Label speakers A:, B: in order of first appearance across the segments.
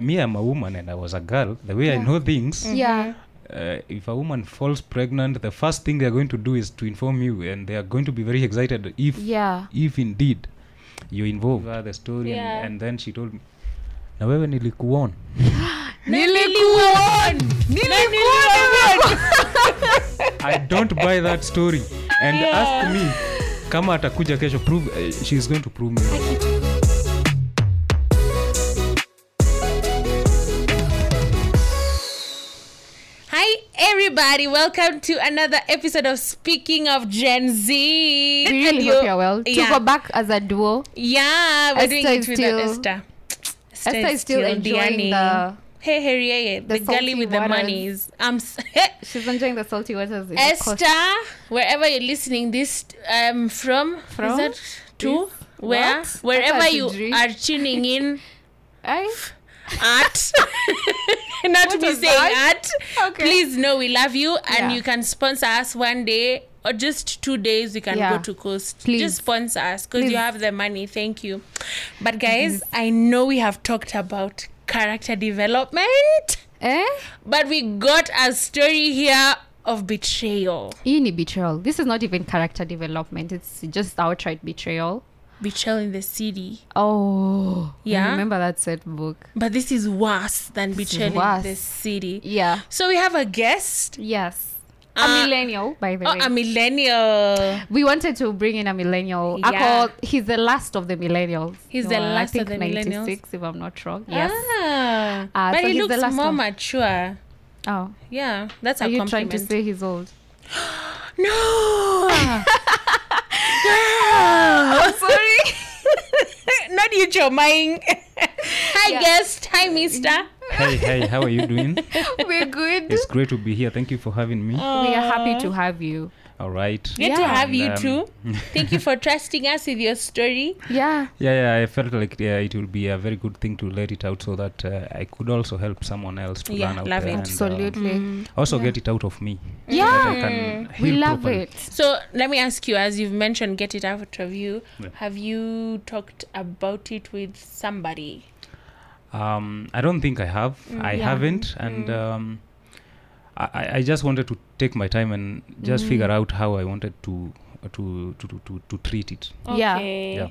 A: me i'm a woman and i was a girl the way i
B: Yeah.
A: know things
B: Yeah.
A: uh, if a woman falls pregnant the first thing they're going to do is to inform you and they are going to be very excited if
B: Yeah.
A: if indeed you're involved uh, the story
C: Yeah.
A: and, and then she told me na wewe nilikuona
B: Nilikuwa. Nilikuwa.
A: i don't buy that story and yeah. ask me kama atakuja kesho prove uh, she's going to prove me
C: Hi, everybody. Welcome to another episode of Speaking of Gen Z.
B: We really
C: And
B: hope you're well. To go
C: Yeah,
B: back as a duo.
C: yeah we're
B: Esther
C: doing it
B: is
C: with
B: still-
C: Esther.
B: Esther is still enjoying
C: Diani.
B: the-
C: Hey, hey, yeah, yeah, the,
B: the
C: girlie
B: salty
C: with the
B: waters.
C: monies. I'm s-
B: She's enjoying the salty waters. in the coast.
C: Esther, wherever you're listening this um from
B: From?
C: is that to
B: This?
C: where
B: What?
C: wherever
B: That's a
C: you
B: drink.
C: are tuning in
B: Aye?
C: at not
B: What
C: me
B: was
C: saying
B: that?
C: at
B: Okay.
C: please know we love you and
B: Yeah.
C: you can sponsor us one day or just two days we can
B: Yeah.
C: go to coast
B: Please.
C: just sponsor us because
B: Please. Mm-hmm.
C: you have the money thank you but guys i know we have talked about character development
B: Eh?
C: but we got a story here of betrayal
B: Hii ni betrayal. This is not even character development. It's just outright betrayal.
C: betrayal in the city
B: Oh.
C: Yeah.
B: I remember that set book.
C: But this is worse than betraying
B: worse.
C: this city.
B: Yeah.
C: So we have a guest,
B: Yes.
C: Uh,
B: a millennial, by the
C: oh,
B: way.
C: a millennial.
B: we wanted to bring in a millennial.
C: Yeah.
B: Ako, he's the last of the millennials.
C: He's the last of
B: I think
C: the millennials.
B: 96, if I'm not wrong. Yes.
C: Ah,
B: Uh,
C: but
B: so
C: he
B: he's the
C: looks
B: last
C: more
B: one.
C: mature.
B: Oh.
C: Yeah, that's
B: Are
C: a
B: you trying
C: compliment.
B: to say he's old?
C: no.
B: Sorry.
C: Oh, Not you, Jomang. Hi, guest. Hi, mister.
A: hey hey how are you doing
B: We're good.
A: it's great to be here thank you for having me
B: We are happy to have you.
A: all right
C: Good to
B: Yeah.
C: have you
A: And,
C: too.
A: um,
C: Thank you for trusting us with your story.
B: Yeah.
A: Yeah, yeah, I felt like yeah, it would be a very good thing to let it out so that uh, I could also help someone else to
C: Yeah,
A: learn out
C: love
A: there
C: it.
A: and, uh,
B: Absolutely.
A: also get it out of me. so that I
B: Mm. Yeah. Mm.
A: can
B: We
A: heal
B: love
A: properly.
B: it.
C: So let me ask you, as you've mentioned, get it out of you.
A: Yeah.
C: Have you talked about it with somebody?
A: Um, I don't think I have. I
B: Mm, Yeah.
A: haven't, and um, I- I, I just wanted to take my time and just
B: Mm.
A: figure out how I wanted to uh, to to to, to, to treat it.
B: Yeah.
C: Okay.
A: Yeah.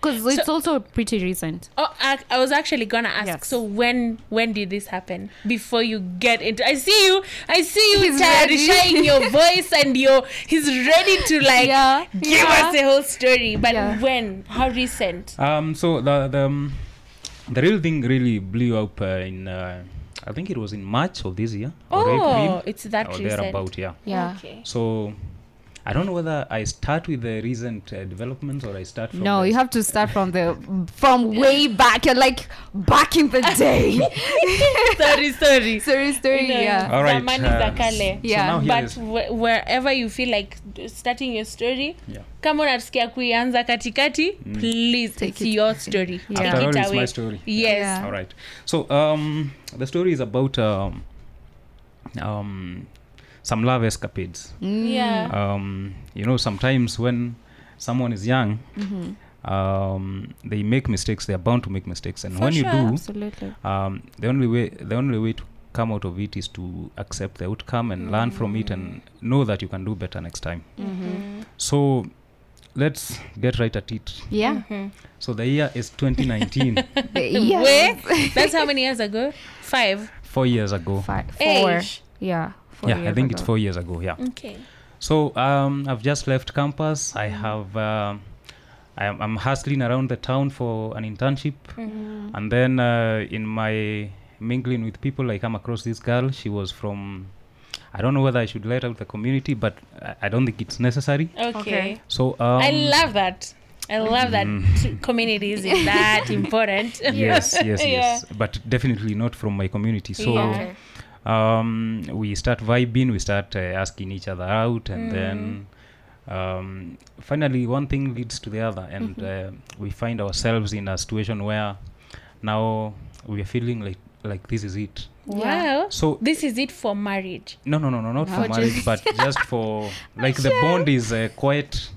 B: Because it's also pretty recent.
C: Oh, I, I was actually gonna ask.
B: Yes.
C: So when when did this happen? Before you get into, I see you. I see you
B: He's
C: tired,
B: ready.
C: sharing your voice, and your he's ready to like
B: Yeah,
C: give
B: yeah.
C: us the whole story. But
B: Yeah.
C: when? How recent?
A: Um, so the the um, the real thing really blew up uh, in uh, I think it was in March of this year or
C: Oh,
A: April
C: it's that
A: or
C: recent.
A: thereabout. Yeah.
B: Yeah.
C: Okay.
A: So I don't know whether I start with the recent uh, developments or I start from
B: No,
A: the-
B: you have to start from the from way back. You're like back in the day.
C: sorry, sorry.
B: Sorry, story.
C: No.
B: Yeah.
A: All right.
C: Zamani
A: uh,
C: za kale.
A: so
B: Yeah,
A: now here
C: but
A: is-
C: wh- wherever you feel like d- starting your story
A: Yeah.
C: kama unasikia kuianza katikati please
B: Take
C: it's
B: it
C: your story
B: Yeah.
C: take
A: After
C: it
A: all, it's
C: away
A: Mm. my story.
C: yes
B: Yeah.
A: All right. So um, the story is about um, um, some love escapades.
C: Yeah.
A: Um, you know, sometimes when someone is young,
B: Mm-hmm.
A: um, they make mistakes. They are bound to make mistakes, and
C: For
A: when
C: sure,
A: you do,
B: Absolutely.
A: um, the only way the only way to come out of it is to accept the outcome and learn from it and know that you can do better next time.
B: Mm-hmm.
A: So let's get right at it.
B: Yeah.
A: So the year is 2019,
B: The years.
C: Where?
B: Mm.
C: That's how many years ago? Five.
A: four years ago.
B: Five, four.
C: Age.
B: Yeah. Four
A: yeah, I
B: years
A: think it's
B: ago.
A: four years ago. Yeah.
C: Okay.
A: So um, I've just left campus. I
C: Mm-hmm.
A: have. um I'm, I'm hustling around the town for an internship,
C: Mm-hmm.
A: and then uh, in my mingling with people, I come across this girl. She was from. I don't know whether I should let out the community, but I, I don't think it's necessary.
C: Okay.
B: Okay.
A: So um, mm.
C: I love that. I love that t- community is that important.
A: Yes, yes,
C: Yeah.
A: yes. But definitely not from my community. So.
C: Yeah.
B: Okay.
A: um, we start vibing, we start uh, asking each other out, and then um, finally one thing leads to the other, and uh, we find ourselves in a situation where now we are feeling like like this is it.
C: Wow.
A: So-
C: this is it for marriage.
A: No, no, no, no, not for
B: Oh,
A: marriage,
B: Jesus.
A: but just for like the bond is uh, quite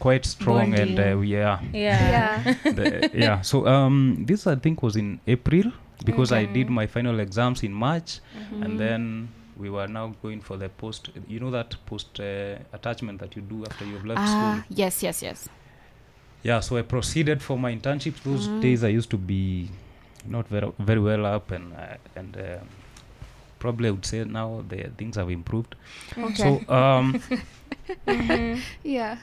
A: quite strong, and uh, we are
C: Yeah.
A: the, yeah. So um, this I think was in April because I did my final exams in March,
B: Mm-hmm.
A: and then we were now going for the post. You know that post uh, attachment that you do after you've left
B: Ah,
A: school.
B: yes, yes, yes.
A: Yeah, so I proceeded for my internships. Those
B: Mm-hmm.
A: days I used to be not very very well up, and uh, and uh, probably I would say now the things have improved.
B: Okay.
A: So um.
B: yeah.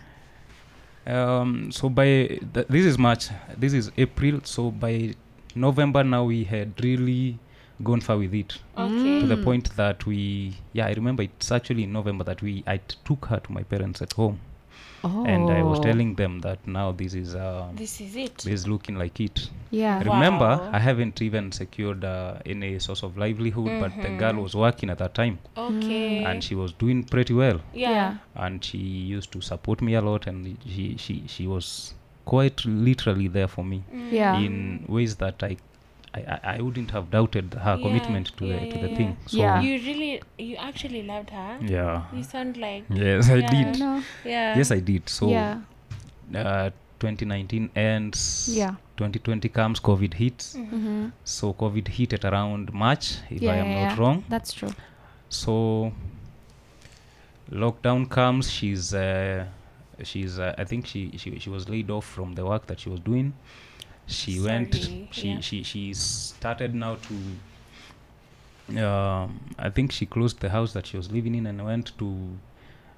A: Um, so by th- this is March, this is April. So by November now we had really gone far with it
C: Okay.
A: to the point that we, yeah, I remember it's actually in November that we I t- took her to my parents at home
B: Oh.
A: and I was telling them that now this is um, this,
C: This is it.
A: is looking like it.
B: Yeah.
C: Wow.
A: Remember, I haven't even secured uh, any source of livelihood, but the girl was working at that time
C: Okay.
A: and she was doing pretty well
C: Mm. yeah.
A: and she used to support me a lot and she she, she was quite literally there for me
B: Yeah.
A: in ways that I I, I- I wouldn't have doubted her
C: Yeah,
A: commitment to
C: yeah,
A: the to
C: yeah,
A: the
C: yeah.
A: thing. So
B: Yeah.
C: You really, you actually loved her.
A: yeah.
C: You sound like.
A: Yes, I
C: Yeah.
A: did.
B: No.
C: Yeah.
A: Yes, I did. So
B: yeah.
A: uh, 2019 ends.
B: Yeah. Mm-hmm.
A: 2020 comes. COVID hits. So COVID hit at around March, if I am not wrong.
B: That's true.
A: so lockdown comes she's uh, she's uh, i think she, she she was laid off from the work that she was doing she went
C: Sorry,
A: she,
C: yeah.
A: she she started now to um, i think she closed the house that she was living in and went to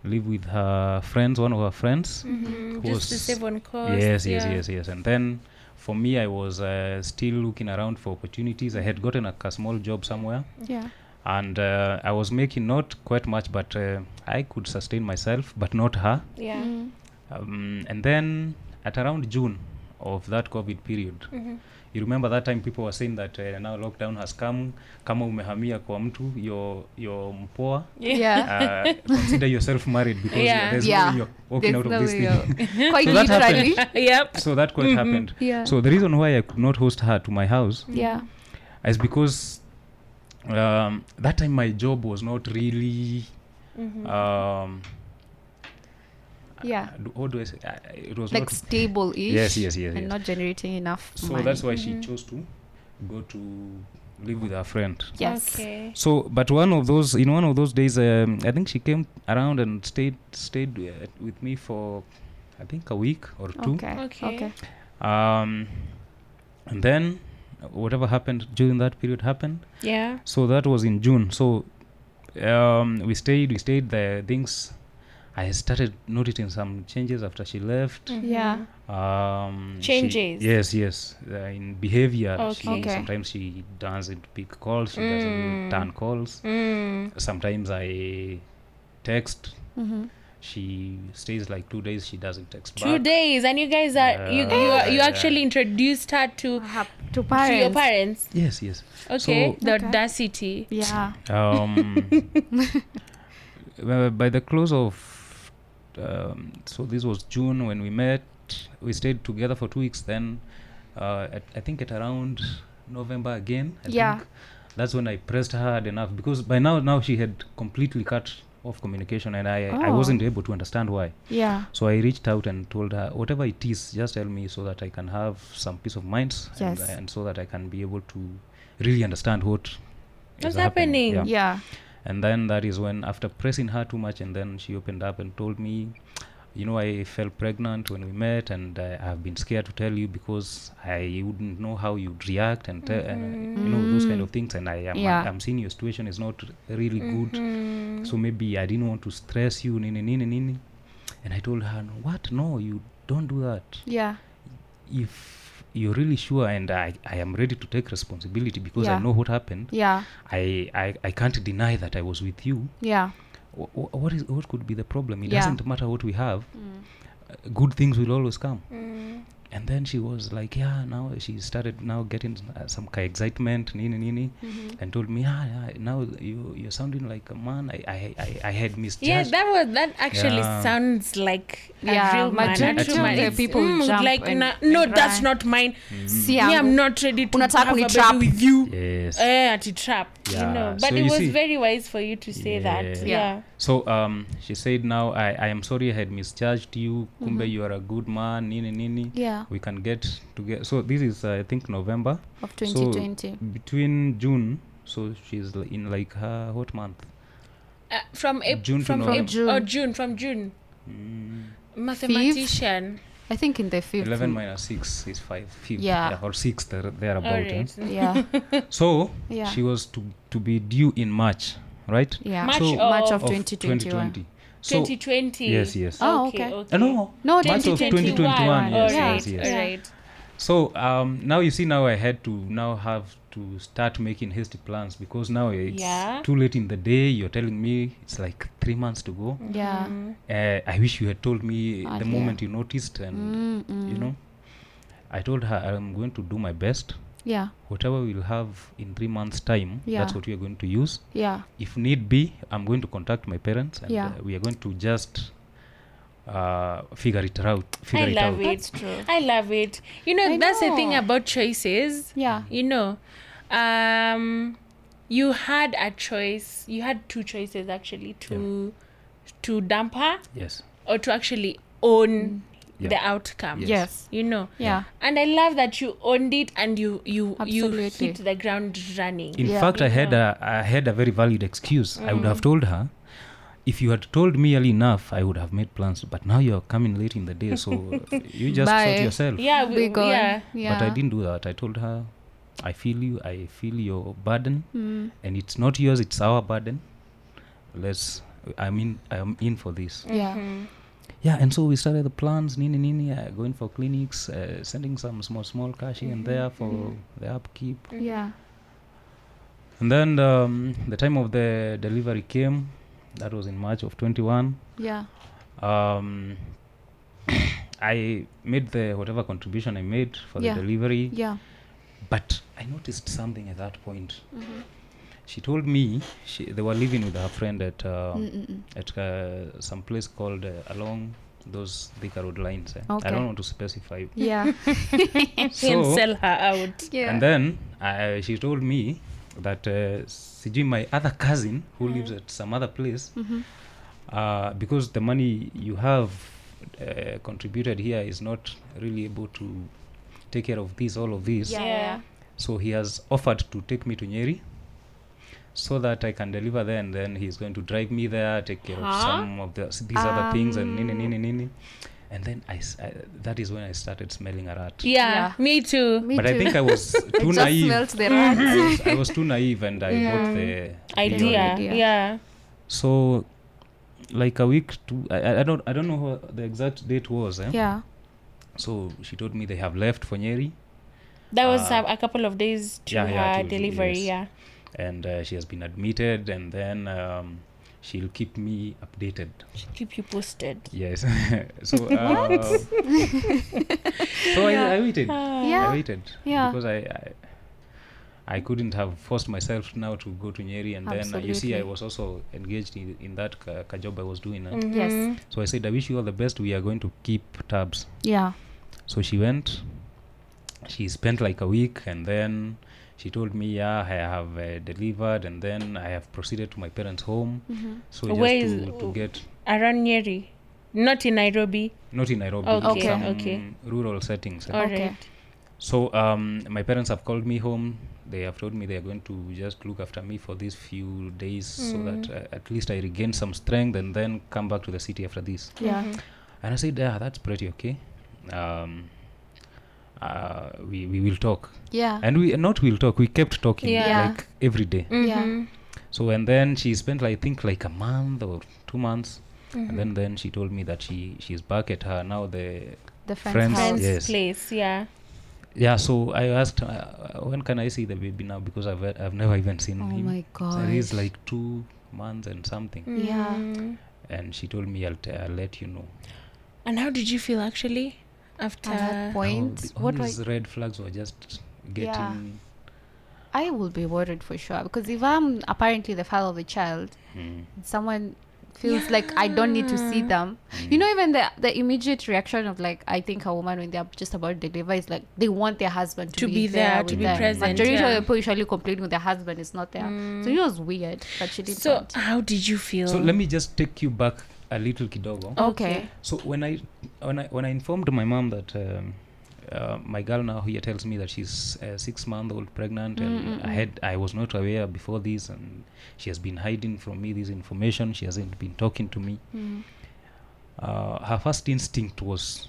A: live with her friends one of her friends
C: Mm, just to
A: Was-
C: save on cost.
A: yes yes
C: yeah.
A: yes yes and then for me i was uh, still looking around for opportunities i had gotten a, a small job somewhere
B: Yeah.
A: and uh, I was making not quite much, but uh, I could sustain myself, but not her.
C: Yeah.
A: Um, and then at around June of that COVID period,
B: Mm-hmm.
A: you remember that time people were saying that uh, now lockdown has come. Kama umehamia kwa mtu, you're you're mpoa.
B: Yeah.
A: Uh, consider yourself married because
C: Yeah.
A: there's no
B: Yeah.
A: way you're walking out of this
B: Definitely,
A: thing.
B: yeah. Quite
A: So that happened.
B: literally.
C: yep.
A: so that quite happened.
B: Mm-hmm. Yeah.
A: So the reason why I could not host her to my house
B: yeah.
A: is because um, that time my job was not really um,
B: Yeah.
A: uh, do- what do I say? Uh, it was
B: Like
A: not
B: stable ish.
A: Yes, yes, yes,
B: And
A: yes.
B: not generating enough.
A: so
B: money.
A: that's why she chose to go to live with her friend.
B: Yes.
C: Okay.
A: So, but one of those in one of those days, um, I think she came around and stayed stayed uh, with me for I think a week or two.
B: Okay.
C: Okay.
B: Okay.
A: Um, and then whatever happened during that period happened.
C: Yeah.
A: So that was in June. So um, we stayed, we stayed there. Things I started noticing some changes after she left.
B: Yeah.
A: Um, she-
C: Mm. Changes.
A: yes, yes. Uh, in behavior, she,
B: Okay. Okay.
A: sometimes she doesn't pick calls. She doesn't turn calls.
C: Mm. Mm-hmm.
A: Sometimes I text. She stays like two days. She doesn't text
C: Two
A: back.
C: days, and you guys are you you, are, you
A: Yeah.
C: actually introduced her to
B: To
C: to your parents.
A: Yes, yes.
C: Okay.
A: So-
C: the
B: Okay.
C: audacity.
B: Yeah.
A: Um, well, by the close of, um, so this was June when we met. We stayed together for two weeks. Then, uh, at, I think at around November again. I
B: Yeah.
A: Think, that's when I pressed hard enough because by now now she had completely cut off communication and I I
B: Oh.
A: wasn't able to understand why.
B: Yeah.
A: So I reached out and told her whatever it is, just tell me so that I can have some peace of mind and-
B: Yes.
A: and, so that I can be able to really understand what is
C: What's happening?
A: happening. Yeah.
B: Yeah.
A: And then that is when, after pressing her too much, and then she opened up and told me, You know, I fell pregnant when we met, and uh, I've been scared to tell you because I wouldn't know how you'd react and, te- and uh, you know, those kind of things. And I am,
B: Yeah. Mm-hmm.
A: I'm seeing your situation is not really good. So maybe I didn't want to stress you, nini, nini, nini. And I told her, "No, What? No, you don't do that
B: Yeah.
A: if you're really sure and I, I am ready to take responsibility because
B: Yeah.
A: I know what happened.
B: Yeah.
A: I, I, I can't deny that I was with you.
B: Yeah.
A: Wh- wh- what is what could be the problem? It
B: Yeah.
A: doesn't matter what we have. Uh, good things will always come. And then she was like, yeah. Now she started now getting uh, some ki- excitement, nini nini, and told me, yeah, yeah, now you you're sounding like a man. I I, I, I had misjudged.
C: Yeah, that was that actually
A: Yeah.
C: sounds like a
B: Yeah,
C: real man,
B: majority
C: a true
A: of
C: man.
A: the
C: It's-
B: people jump
C: Mm, like
B: and-
C: na- no,
B: and
C: that's
B: run.
C: not mine.
A: Mm-hmm.
B: Si
C: Me, I'm
B: yangu.
C: not ready to
B: Unataka
C: have a
B: kunitrap.
C: baby with you.
A: yes.
C: Eh, ati trap, you
A: Yeah,
C: know. But
A: so
C: it
A: you
C: was
A: see-
C: very wise for you to say that.
A: Yeah.
C: Yeah.
A: So um, she said, now I, I am sorry I had misjudged you. Kumbe you are a good man, nini nini.
B: Yeah. yeah
A: we can get together. So this is uh, I think November.
B: of
A: So,
B: 2020
A: between June, so she's li- in like her hot month.
C: Uh, from April,
A: June to
C: from
A: November. Mm.
C: Ap-
B: June.
C: Oh, June from June. Mathematician.
B: i think in the fifth
A: Eleven minus six is five. Fifth,
B: Yeah.
A: or six there thereabout.
C: All
A: eh?
C: right.
B: yeah
A: So
B: Yeah.
A: she was to to be due in March, right?
B: yeah
C: March
A: So-
C: of,
B: March of
A: Of
B: 2021
A: So
C: 2020.
A: yes, yes.
B: Oh, okay.
C: okay.
A: Uh, no,
B: No,
A: March of
B: 2021.
A: 2021. Yes,
B: Yeah.
A: yes, yes.
C: All right.
A: So um, now you see, now I had to now have to start making hasty plans because now it's
C: Yeah.
A: too late in the day. You're telling me it's like three months to go.
B: yeah
C: Mm-hmm.
A: Uh, I wish you had told me the
B: Earlier.
A: moment you noticed, and
B: Mm.
A: you know, I told her I'm going to do my best.
B: yeah
A: Whatever we'll have in three months' time, that's
B: Yeah.
A: what we are going to use.
B: yeah
A: If need be, I'm going to contact my parents, and
B: Yeah.
A: uh, we are going to just uh, figure it out. Figure
C: I
A: it out.
C: love it.
B: That's true.
C: I love it. You know,
B: I
C: that's the thing
B: know.
C: about choices.
B: yeah
C: You know, um, you had a choice. You had two choices actually to to dump her
A: Yes.
C: or to actually
B: Mm.
C: own
A: Yeah.
C: the outcome.
A: Yes.
B: yes
C: You know.
B: yeah
C: And I love that you owned it and you you you
B: Absolutely.
C: hit the ground running.
A: In
B: Yeah.
A: fact, I had a I had a very valid excuse. I
C: Mm.
A: would have told her, if you had told me early enough, I would have made plans. But now you're coming late in the day, so you just
B: Bye.
A: shot yourself.
C: yeah, we,
B: Be gone.
C: yeah.
B: yeah
A: But I didn't do that. I told her, I feel you. I feel your burden,
B: Hmm.
A: and it's not yours. It's our burden. Let's. I'm in. I'm in for this.
B: yeah
A: Yeah, and so we started the plans. Nini nini. Uh, going for clinics, uh, sending some small small cash here
B: Mm-hmm.
A: and there for the upkeep.
B: yeah
A: And then um, the time of the delivery came. That was in March of 21.
B: yeah
A: Um, I made the whatever contribution I made for
B: Yeah.
A: the delivery,
B: yeah
A: but I noticed something at that point.
B: Mm-hmm.
A: She told me she, they were living with her friend at uh,
B: Mm-mm-mm.
A: at uh, some place called uh, along those Thika road lines. eh.
B: Okay.
A: I don't want to specify.
B: yeah
C: and
A: so
C: sell her out.
B: yeah
A: and then I, she told me that uh, sijui my other cousin who
B: Mm-hmm.
A: lives at some other place uh, because the money you have uh, contributed here is not really able to take care of this all of this
B: Yeah, yeah.
A: so he has offered to take me to nyeri so that i can deliver there and then he's going to drive me there take care of
C: Huh?
A: some of the, these other things and nini nini nini and then I, s- I- that is when i started smelling a rat
C: Yeah,
B: Yeah.
C: me too.
B: me
A: but I
B: too.
A: think I was too
B: just
A: naive.
B: smelt the rat.
A: I, was, I was too naive and I bought the
C: Idea.
B: idea.
C: Yeah.
A: So, like a week to I- I, I don't I don't know what the exact date was. Eh?
B: yeah
A: So she told me they have left for Nyeri
C: That was
A: Uh,
C: uh, a couple of days to
A: yeah,
C: her
A: yeah, to-
C: delivery.
A: yes.
C: Yeah.
A: and uh, she has been admitted and then um, she'll keep me updated.
C: She keep you posted.
A: Yes. so uh, so I, I waited. I
B: Uh,
C: Uh,
B: Yeah,
A: waited
B: yeah.
A: because I, I I couldn't have forced myself now to go to Nyeri and then uh, you see I
B: Absolutely. Mm.
A: was also engaged in, in that ka, ka job I was doing. eh.
B: yes
A: So I said, I wish you all the best. We are going to keep tabs.
B: yeah
A: So she went. She spent like a week and then she told me, Yeah, I have uh, delivered and then I have proceeded to my parents' home. So just
C: Mm-hmm. Where is-
A: to, to get,
C: Around Nyeri. Not in Nairobi.
A: not in Nairobi,
C: Okay,
A: some
C: okay.
A: rural settings. eh.
C: All right.
B: Okay.
A: So um, my parents have called me home. They have told me they are going to just look after me for these few days
C: Mm.
A: so that uh, at least I regain some strength and then come back to the city after this.
B: yeah
A: And I said, yeah, that's pretty okay. Um, uh, we, we will talk.
B: yeah
A: And we not we'll talk, we kept talking
C: Yeah.
B: Yeah. Mm.
A: like every day.
B: Yeah.
A: So and then she spent I think like a month or two months.
B: Mm-hmm.
A: And then, then she told me that she she's back at her now the
B: the friend's
A: Friends.
B: house
C: Friend's
A: Yes.
C: place. Yeah.
A: yeah so I asked uh, when can I see the baby now because I've I've never even seen
B: oh
A: him.
B: my Mm.
A: So
B: god
A: it is like two months and something.
B: yeah
A: And she told me I'll, t- I'll let you know.
C: And how did you feel actually after?
B: at that
A: Now,
B: point
A: the- all
B: what do I
A: these red flags were just getting
B: I will be worried for sure because if I'm apparently the father of the child,
A: Mm.
B: someone feels like I don't need to see them. You know, even the the immediate reaction of like I think a woman when they're just about to deliver is like they want their husband to,
C: To be there, to
B: with
C: be
B: them.
C: present,
B: Majority
C: yeah. Mm.
B: of people usually complain when their husband is not there. So it was weird, but she didn't.
C: so how did you feel?
A: So let me just take you back a little kidogo.
B: okay.
A: So when I when I when I informed my mom that um, uh, my girl now here tells me that she's uh, six month old pregnant
C: Mm-hmm,
A: and I had I was not aware before this and she has been hiding from me this information she hasn't been talking to me
C: Mm-hmm.
A: uh, her first instinct was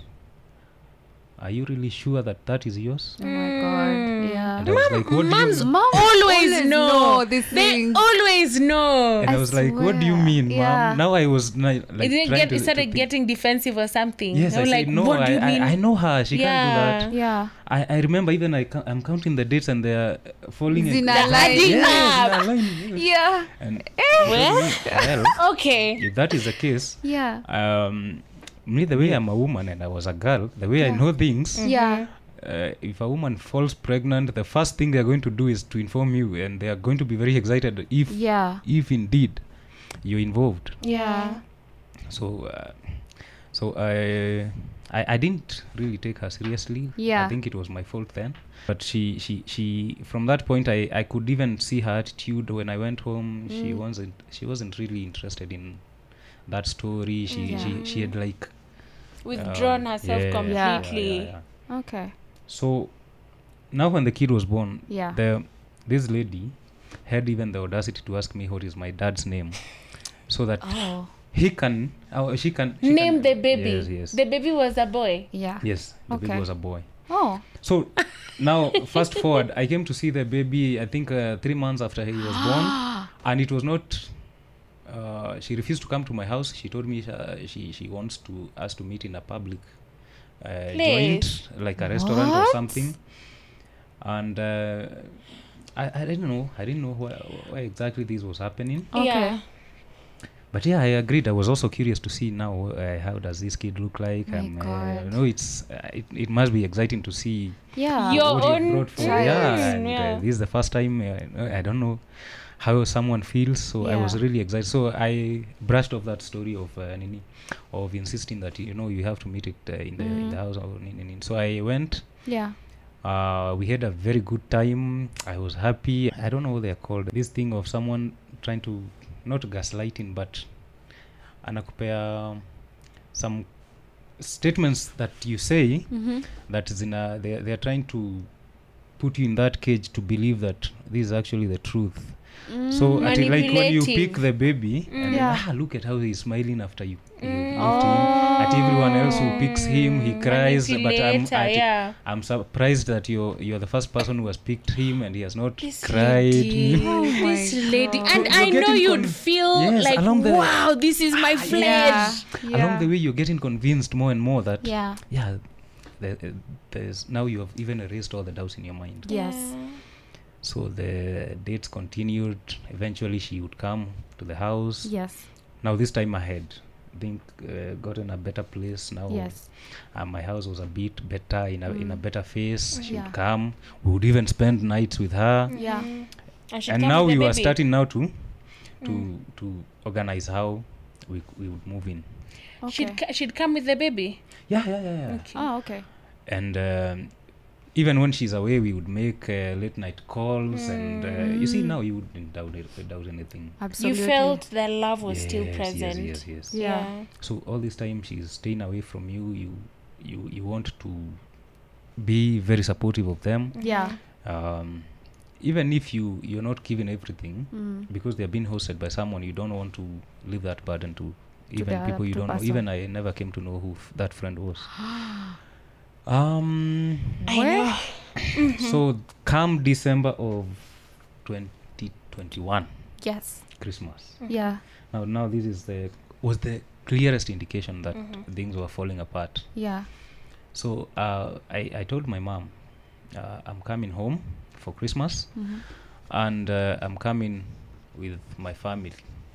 A: are you really sure that that is yours
B: Oh my god. Yeah.
A: and I was like what do you
C: Mm. Moms
B: Mom
C: always, know.
B: these
C: They
B: things.
C: always know.
A: and I,
B: I
A: was like what do you
B: swear.
A: mean
B: Yeah.
A: mom now I was ni- like
C: it, didn't
A: trying
C: get,
A: to,
C: it started
A: to think.
C: getting defensive or something.
A: yes
C: they
A: I
C: were
A: said
C: like,
A: no
C: what
A: I,
C: do you
A: I,
C: mean?
A: I know her she can't do
C: Yeah.
A: that
B: yeah.
A: I, I remember even I ca- I'm counting the dates and they're falling
B: Is in
A: exact-
B: a line.
A: Yes, in
C: up.
A: a line, yes.
B: Yeah. Eh.
A: and
C: Well,
A: well,
C: okay.
A: if that is the case
B: Yeah.
A: um, me the way I'm a woman and I was a girl the way I
B: Yeah. Mm.
A: know things
C: Mm-hmm.
B: Yeah.
A: uh, if a woman falls pregnant the first thing they're going to do is to inform you and they are going to be very excited if
B: Yeah.
A: if indeed you're involved
B: Yeah.
A: so uh, so I, I i didn't really take her seriously
B: Yeah.
A: i think it was my fault then but she she she from that point i i could even see her attitude when i went home she
B: Mm.
A: wasn't she wasn't really interested in that story she she, she had like
C: Withdrawn
A: um,
C: herself
A: yeah,
C: completely.
B: yeah, Okay.
A: so now when the kid was born
B: Yeah.
A: the this lady had even the audacity to ask me what is my dad's name so that
B: Oh.
A: he can oh, she can she
C: Name
A: can,
C: the baby.
A: yes yes
C: The baby was a boy.
B: Yeah.
A: yes the
B: Okay.
A: baby was a boy
B: Oh.
A: so now fast forward i came to see the baby i think uh, three months after he was born and it was not uh, she refused to come to my house she told me sh- uh, she she wants to us to meet in a public uh, joint
C: Place.
A: like a restaurant or
B: What?
A: something and uh, I, I didn't know i didn't know why, why exactly this was happening
B: Okay.
C: Yeah.
A: but yeah, I agreed. I was also curious to see now uh, how does this kid look like.
B: My
A: um, uh,
B: God.
A: you know, it's uh, it, it must be exciting to see
B: Yeah.
C: Your
A: what
C: own
A: you brought for.
B: child.
A: Yeah, and
C: Yeah.
A: Uh, this is the first time. Uh, I don't know how someone feels, so I was
B: Yeah.
A: really excited. So I brushed off that story of uh, nini, of insisting that you know you have to meet it uh, in the in the house or nini. nini. So I went.
B: Yeah.
A: Uh, we had a very good time. I was happy. I don't know what they're called. This thing of someone trying to not gaslighting, but anakupea some statements that you say
B: Mhm.
A: that is in a they they are trying to put you in that cage to believe that this is actually the truth. So I think like when you pick
C: Manipulative.
A: the baby and then,
B: Mm, Yeah. Mm.
A: ah, look at how he's smiling after you. you lift him. At
B: Oh.
A: everyone else who picks him, he cries. But I'm,
C: Manipulator,
A: at-
C: yeah.
A: I'm surprised that you're you're the first person who has picked him and he has not
C: This
A: cried.
C: lady,
B: Oh my
C: this lady,
B: God.
C: and
A: You're
C: I know
A: getting
C: you'd
A: con-
C: feel
A: Yes,
C: like,
A: along the-
C: wow, this is my flesh.
B: Ah, Yeah.
A: Along the way, you're getting convinced more and more that
B: Yeah.
A: yeah, there, uh, there's now you have even erased all the doubts in your mind.
B: Yes.
A: So the dates continued. Eventually, she would come to the house.
B: Yes.
A: Now this time I had I think uh, gotten a better place now.
B: Yes. Mm.
A: Uh, my house was a bit better in a in a better face. She
B: Yeah. Mm.
A: would come. We would even spend nights with her.
B: Yeah.
C: And, she
A: and
C: comes
A: now
C: with
A: we
C: the
A: were
C: baby. Mm.
A: starting now to to to organize how we c- we would move in
B: Okay.
C: She'd, co- she'd come with the baby.
A: yeah yeah yeah, yeah.
C: Okay.
B: Oh, okay.
A: and um, even when she's away we would make uh, late night calls and uh, you see now you wouldn't doubt it, doubt anything
C: you
B: Absolutely.
C: felt the love was still
A: Yes,
C: present.
A: yes yes yes
B: Yeah.
A: so all this time she's staying away from you you you you want to be very supportive of them
B: Yeah.
A: um, even if you you're not giving everything
B: Mm.
A: because they're being hosted by someone you don't want to leave that burden to
B: the
A: even
B: other
A: people you
B: two
A: don't know
B: person.
A: even i never came to know who f- that friend was um
C: I
B: Where?
C: know.
A: so come december of 2021
B: Yes.
A: christmas
B: Yeah.
A: now now this is the was the clearest indication that things were falling apart
B: Yeah.
A: so uh, I, I told my mom uh, i'm coming home for christmas and uh, i'm coming with my family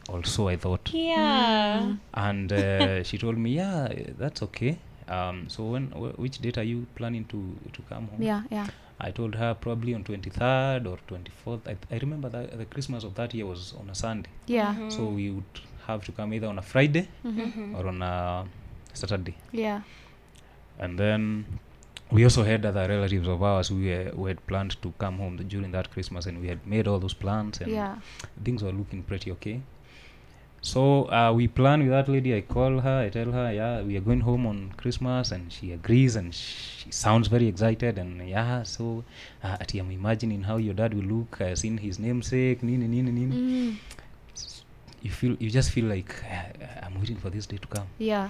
A: also i thought
C: Yeah.
A: and uh, she told me yeah eh, that's okay um, so when wh- which date are you planning to to come home
B: Yeah. Yeah.
A: i told her probably on 23rd or 24th i, I remember that the christmas of that year was on a sunday
B: Yeah. Mm-hmm.
A: so we would have to come either on a friday or on a saturday
B: Yeah.
A: and then we also had other relatives of ours who, were, who had planned to come home during that christmas and we had made all those plans and
B: Yeah.
A: things were looking pretty okay So uh, we plan with that lady. I call her. I tell her, yeah, we are going home on Christmas, and she agrees, and she sounds very excited. And yeah, so uh, ati I'm imagining how your dad will look, uh, seeing his namesake, nini nini nini.
B: Mm.
A: You feel, you just feel like "Ah, I'm waiting for this day to come.
B: Yeah.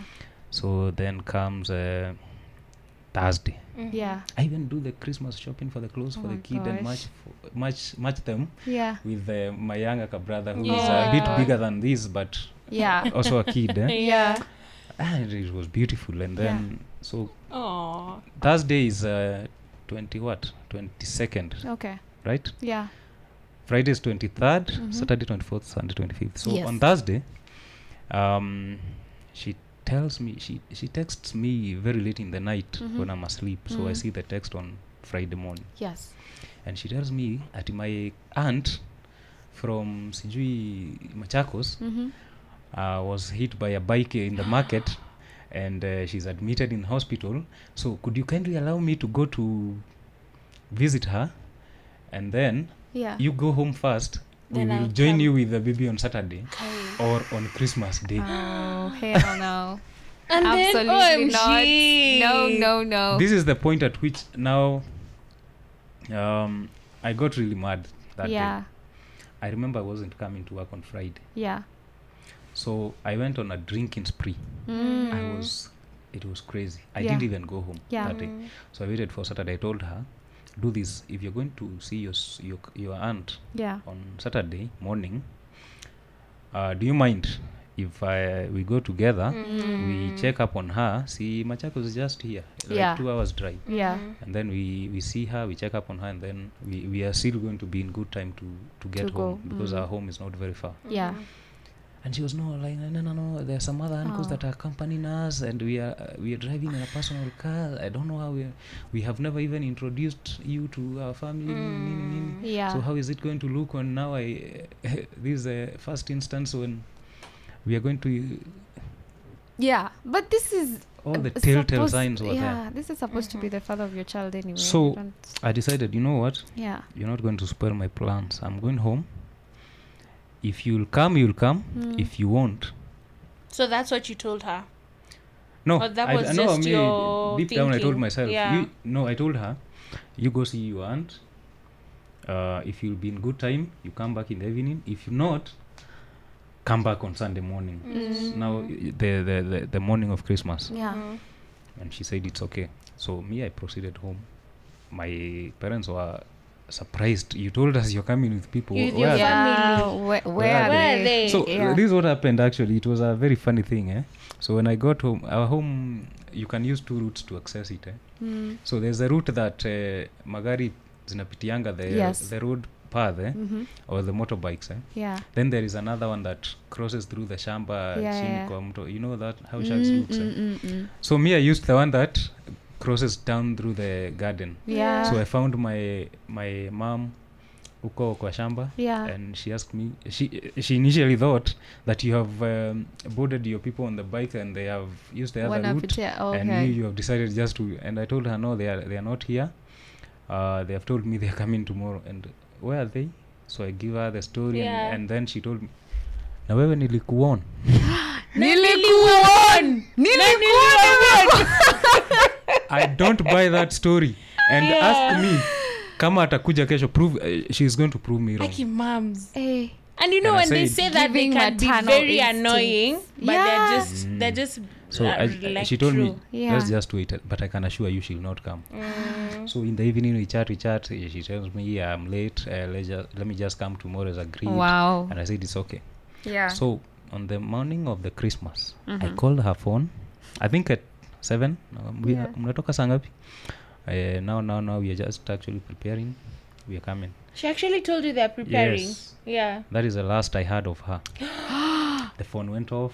A: So then comes uh, Thursday.
C: Mm.
B: Yeah.
A: I even do the Christmas shopping for the clothes
B: Oh
A: for the
B: my
A: kid and match,
B: gosh.
A: f- match, match them
B: Yeah.
A: with uh, my younger brother who is a
C: Yeah.
A: bit bigger than this, but
B: Yeah.
A: also a kid. Eh? Ah,
B: Yeah.
A: and it was beautiful and
B: Yeah.
A: then so
C: Oh.
A: thursday is uh, 20 what 22nd
B: Okay.
A: right
B: Yeah.
A: friday is 23rd
B: Mhm.
A: saturday 24th sunday 25th so
B: Yes.
A: on thursday um she tells me she she texts me very late in the night
B: Mhm.
A: when i'm asleep so i
B: Mm.
A: see the text on friday morning
B: Yes.
A: and she tells me at my aunt from sijui machakos
B: Mm-hmm.
A: uh, was hit by a bike in the market and uh, she's admitted in hospital so could you kindly allow me to go to visit her and then
B: Yeah.
A: you go home first
C: Ah. Then
A: we will
C: I'll
A: join
C: come. Ah.
A: you with the baby on saturday or on christmas day
B: Oh hell no.
C: And oh,
B: Absolutely
C: OMG.
B: not. No, no, no.
A: this is the point at which now um, i got really mad that
B: yeah.
A: day i remember i wasn't coming to work on friday
B: Yeah.
A: so i went on a drinking spree
B: Mm.
A: i was it was crazy i
B: Yeah.
A: didn't even go home
B: Yeah.
A: that day So I waited for Saturday. I told her, do this. If you're going to see your s- your, c- your aunt
B: Yeah.
A: on Saturday morning, uh, do you mind if I, we go together? We check up on her. See, Machakos is just here, like
B: Hmm. Yeah.
A: two hours drive.
B: Yeah.
A: And then we, we see her, we check up on her, and then we, we are still going to be in good time to, to get
B: To
A: home
B: go,
A: because
B: mm.
A: our home is not very far.
B: Yeah.
A: And she was no like no no no, no. There are some other uncles
B: Oh.
A: that are accompanying us, and we are uh, we are driving in a personal car. I don't know how we we have never even introduced you to our family. nini, nini, nini.
B: Mm, Yeah.
A: So how is it going to look when now I this is the first instance when we are going to
B: yeah. But this is
A: all the
B: supposed-
A: telltale signs were
B: Yeah.
A: there.
B: This is supposed to be the father of your child anyway.
A: So-
B: Don't-
A: I decided, you know what?
B: yeah.
A: You're not going to spoil my plans. I'm going home. If you'll come, you'll come.
B: Mm.
A: If you won't,
C: So that's what you told her.
A: No,
C: Or that
A: I,
C: was
A: I know
C: just
A: me,
C: your
A: deep down I told
C: thinking?
A: myself.
C: Yeah.
A: You, no, I told her, you go see your aunt. Uh, if you'll be in good time, you come back in the evening. If not, come back on Sunday morning. S- Now i- the, the the the morning of Christmas,
B: Yeah.
C: Mm.
A: and she said it's okay. So me, I proceeded home. My parents were surprised. You told us you're coming with people.
C: With
A: Where
C: your
A: are they?"
B: Yeah.
C: family.
B: Where, where,
A: Where
B: are
A: are
C: they?
B: they?
A: So uh,
B: yeah.
A: this is what happened actually. It was a very funny thing, eh? So when I got home, our home, you can use two routes to access it, eh?
B: Mm.
A: So there's a route that uh, magari zinapitianga the
B: Yes.
A: the road path eh,
B: hmm
A: or the motorbikes. Eh?
B: Yeah.
A: Then there is another one that crosses through the shamba
B: Yeah,
A: chini
B: yeah.
A: kwa mto. You know that how sharks
B: Mm,
A: looks. Eh?
B: mm, mm, mm.
A: So me I used the one that crosses down through the garden.
B: Yeah.
A: So I found my my mom uko kwa shamba
B: yeah.
A: and she asked me she she initially thought that you have um, boarded your people on the bike and they have used the other route
B: Wanapitia- oh, okay.
A: and you, you have decided just to and i told her no they are they are not here uh, they have told me they are coming tomorrow and where are they so i give her the story
C: Yeah.
A: and, and then she told me na wewe nilikuona
C: Nilikuon.
A: i don't buy that story and
C: Yeah.
A: ask me kama atakuja kesho prove uh, she is going to prove me wrong
C: Aki mums.
B: Eh,
C: And you know
A: And I
C: when they
A: said-
C: say that they
B: Giving
C: can be
B: maternal
C: very
B: instincts.
C: annoying, but
B: Yeah.
C: they're just they're just
A: Mm. so
C: uh,
A: I,
C: like
A: she told me
C: true.
B: Yeah.
A: let's just wait uh, but i can assure you she will not come
C: Mm.
A: so in the evening we chat we chat uh, she tells me yeah, i'm late uh, let, ju- let me just come tomorrow as agreed
B: Wow.
A: and i said it's okay
B: Yeah. Mm-hmm.
A: So on the morning of the Christmas, I called her phone. I think at seven. uh, we are-
B: Yeah.
A: Mnatoka saa ngapi? Uh, now, now, now we are just actually preparing. We are coming.
C: She actually told you they're preparing.
A: Yes.
C: Yeah.
A: That is the last I heard of her. the phone went off.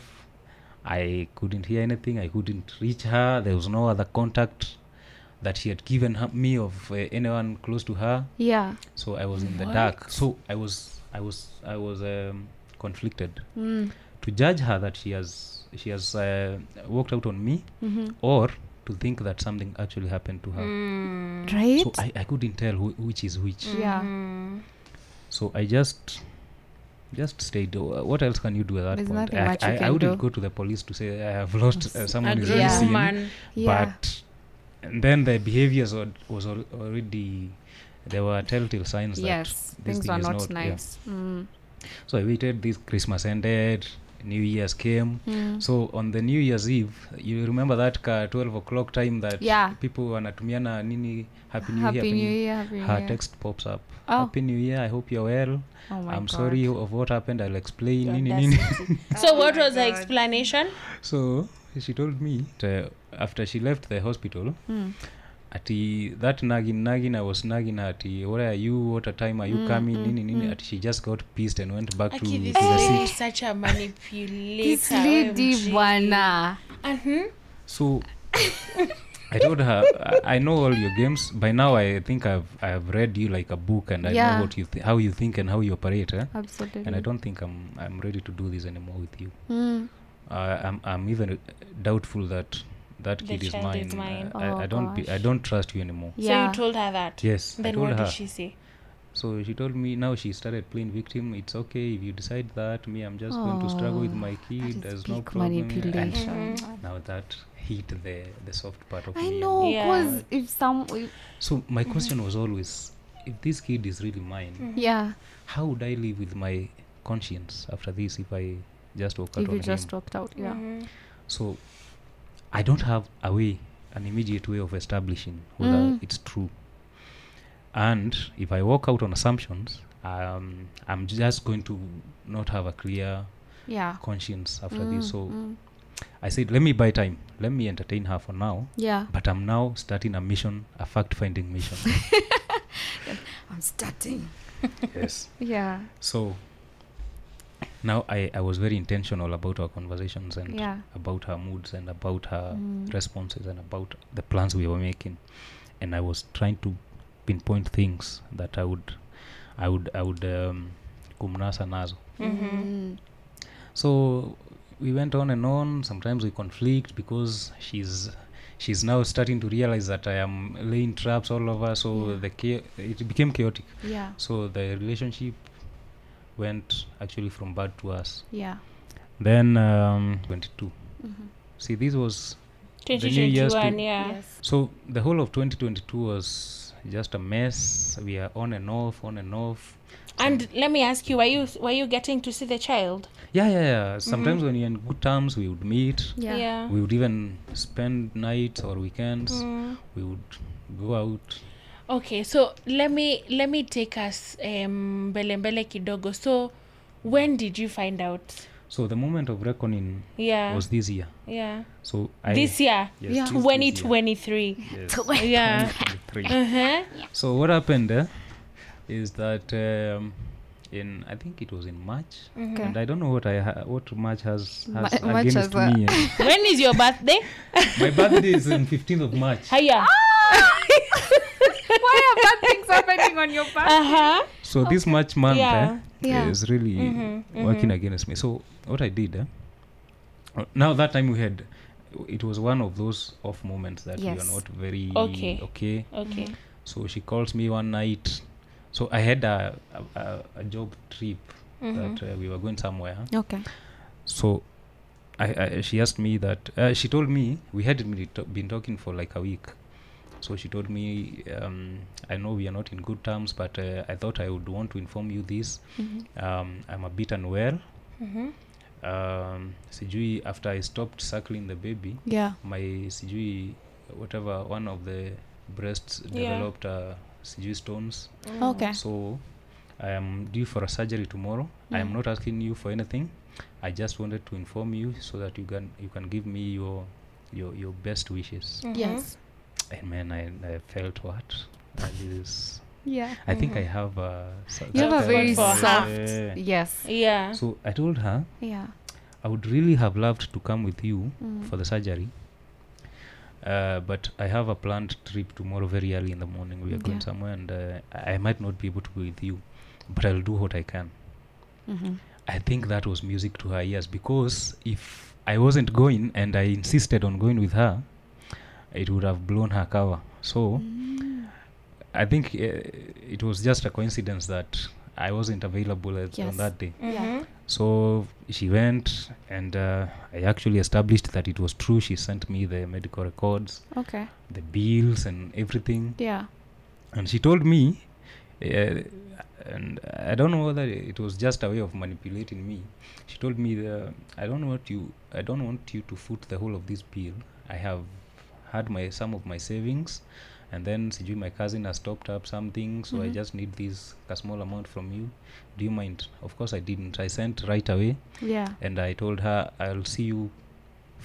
A: I couldn't hear anything. I couldn't reach her. There was no other contact that she had given her, me of uh, anyone close to her.
B: yeah.
A: So I was in the dark. So I was, I was, I was um, conflicted.
B: Mm.
A: to judge her that she has she has uh, walked out on me or to think that something actually happened to her
C: Mm.
B: Right?
A: so I, I couldn't tell who, which is which
B: yeah.
C: Mm.
A: so i just just stay. Do uh, what else can you do at that
B: There's
A: point?
B: nothing
A: I,
B: much you
A: I, I
B: can
A: wouldn't
B: do.
A: go to the police to say I have lost uh,
C: a
A: someone is
C: grown
B: Yeah.
A: missing.
C: man.
B: Yeah.
A: But and then the behaviors were, was al- already there were telltale signs
B: yes.
A: that this
B: Things
A: thing
B: are
A: is
B: not,
A: not yeah.
B: nice. Mm.
A: So I waited. This Christmas ended. New Year's came.
B: Mm.
A: So on the New Year's Eve, you remember that ka 12 o'clock time that
B: Yeah.
A: people wanatumiana nini happy new
B: Happy New
A: year,
B: Year. Happy New
A: her
B: Year.
A: text pops up.
B: Oh.
A: Happy New Year. I hope you're well.
B: oh my
A: I'm
B: God.
A: sorry of what happened. I'll explain. Nini, nini.
D: Audacity.
C: So
D: Oh
C: what
D: my
C: was the
D: God.
C: explanation?
A: So she told me that after she left the hospital,
B: Mm.
A: ati that nagging nagging I was nagging her ati where are you? What a time are you
B: Mm,
A: coming?
B: mm,
A: Nini nini.
B: mm.
A: Ati she just got pissed and went back to, to
C: Aki, this
A: the
C: lady
A: seat.
C: is such a manipulator.
B: This lady,
C: OMG.
B: bwana.
C: Mhm.
A: So I told her, I, I know all your games. By now, I think I've I've read you like a book, and I
B: Yeah.
A: know what you th- how you think and how you operate. Eh?
B: Absolutely.
A: And I don't think I'm I'm ready to do this anymore with you.
B: Mm.
A: Uh, I'm I'm even doubtful that that
C: The
A: kid is
C: child
A: mine.
C: is mine.
A: Uh, I, I
B: Oh,
A: don't be, I
B: gosh.
A: don't trust you anymore.
B: Yeah.
C: So you told her that.
A: Yes, I
C: Then
A: told
C: what
A: her.
C: did she say?
A: So she told me now she started playing victim. It's okay if you decide that. Me, I'm just going to struggle with
B: Oh,
A: my kid.
B: that is
A: There's no
B: big
A: problem. And
B: manipulation.
A: now that hit the the soft part of me.
B: I
A: and
B: know,
C: Yeah.
B: cause if some, if,
A: So my question was always, if this kid is really mine,
B: Hmm. yeah,
A: how would I live with my conscience after this if I just walk out
B: if
A: on
B: you just
A: him?
B: walked out, yeah,
A: Mm-hmm.
C: Mhm.
A: So I don't have a way, an immediate way of establishing whether
B: Mm.
A: it's true. And if I walk out on assumptions, um, I'm just going to not have a clear
B: yeah.
A: conscience after
B: Mm,
A: this. So
B: mm.
A: I said, let me buy time. Let me entertain her for now.
B: yeah,
A: But I'm now starting a mission, a fact-finding mission.
D: I'm starting.
A: yes.
B: yeah,
A: So now I, I was very intentional about our conversations and
B: yeah.
A: about her moods and about her
B: Mm.
A: responses and about the plans we were making. And I was trying to pinpoint things that I would I would I would um kumnasa nazo.
C: Mhm.
B: Mm.
A: So we went on and on. Sometimes we conflict because she's she's now starting to realize that I am laying traps all over. So
B: Yeah.
A: the cha- it became chaotic.
B: yeah,
A: So the relationship went actually from bad to worse.
B: yeah.
A: Then um, 22.
C: Mm-hmm.
B: Mhm.
A: See, this was The new year's
C: 2021,
A: to-
C: yeah.
B: Yes.
A: so the whole of 2022 was just a mess. We are on and off, on and off.
C: And let me ask you, were you were you getting to see the child?
A: Yeah, yeah, yeah. Sometimes when you're in good terms, we would meet.
B: Yeah.
C: Mm-hmm. Yeah.
A: We would even spend nights or weekends.
C: Mm.
A: We would go out.
C: Okay, so let me let me take us um mbele mbele kidogo. So when did you find out?
A: So the moment of reckoning
C: Yeah.
A: was this year.
C: yeah.
A: So I
C: this year,
A: yes,
B: Yeah.
A: this- this year.
C: 2023.
A: Yes,
C: Yeah.
A: 2023.
C: Uh-huh.
A: So what happened eh, is that um, in I think it was in March,
B: Mm-hmm. Okay.
A: and I don't know what I ha- what March has,
B: Ma-
A: has
B: March
A: against
B: has a-
A: me. eh.
C: when is your birthday?
A: My birthday is on 15th of March.
C: Hiya.
B: Why have bad things happening on your back?
C: Uh-huh.
A: So this March month
C: Yeah.
A: eh,
B: Yeah. Mm-hmm.
A: is really
C: Mhm,
A: working against me. So what I did eh, uh, now that time we had it was one of those off moments that we
B: Yes.
A: are not very
C: Okay.
A: okay.
C: Okay.
A: So she calls me one night. So I had a a, a, a job trip
B: Mm-hmm.
A: that uh, we were going somewhere.
B: Okay.
A: So, I, I she asked me that uh, she told me we had been to- been talking for like a week. So she told me, um, I know we are not in good terms, but uh, I thought I would want to inform you this. Um, I'm a bit unwell.
C: Mhm.
A: Um, sijui after I stopped suckling the baby,
B: Yeah.
A: my sijui whatever one of the breasts
C: Yeah.
A: developed uh, sijui stones.
B: Okay.
A: So I am due for a surgery tomorrow. I am not asking you for anything. I just wanted to inform you so that you can you can give me your your your best wishes.
C: Mhm.
B: Yes.
A: And man, I, I felt what that is.
B: Yeah.
A: I think I have a. so-
B: Mm-hmm. You have a
A: that
B: very
A: kind of-
C: for
B: soft.
A: Yeah.
B: Yes.
C: Yeah.
A: So I told her
B: Yeah.
A: I would really have loved to come with you
B: Mm.
A: for the surgery. Uh, but I have a planned trip tomorrow very early in the morning. We are going
B: Yeah.
A: somewhere, and uh, I I might not be able to be with you, but I'll do what I can.
B: Mm-hmm.
A: I think that was music to her ears because if I wasn't going and I insisted on going with her, it would have blown her
B: Mm.
A: eh, cover. So I think uh, it was just a coincidence that I wasn't available at,
B: Yes.
A: on that day.
C: Mm-hmm.
B: Yeah.
A: So she went, and uh, I actually established that it was true. She sent me the medical records,
B: Okay.
A: the bills, and everything.
B: Yeah.
A: And she told me, uh, and I don't know whether it was just a way of manipulating me. She told me, the, I don't want you, I don't want you to foot the whole of this bill. I have had my some of my savings, and then sijui my cousin has topped up something, so I
B: Mhm.
A: just need this a small amount from you. Do you mind? Of course, I didn't. I sent right away
B: Yeah.
A: and I told her I'll see you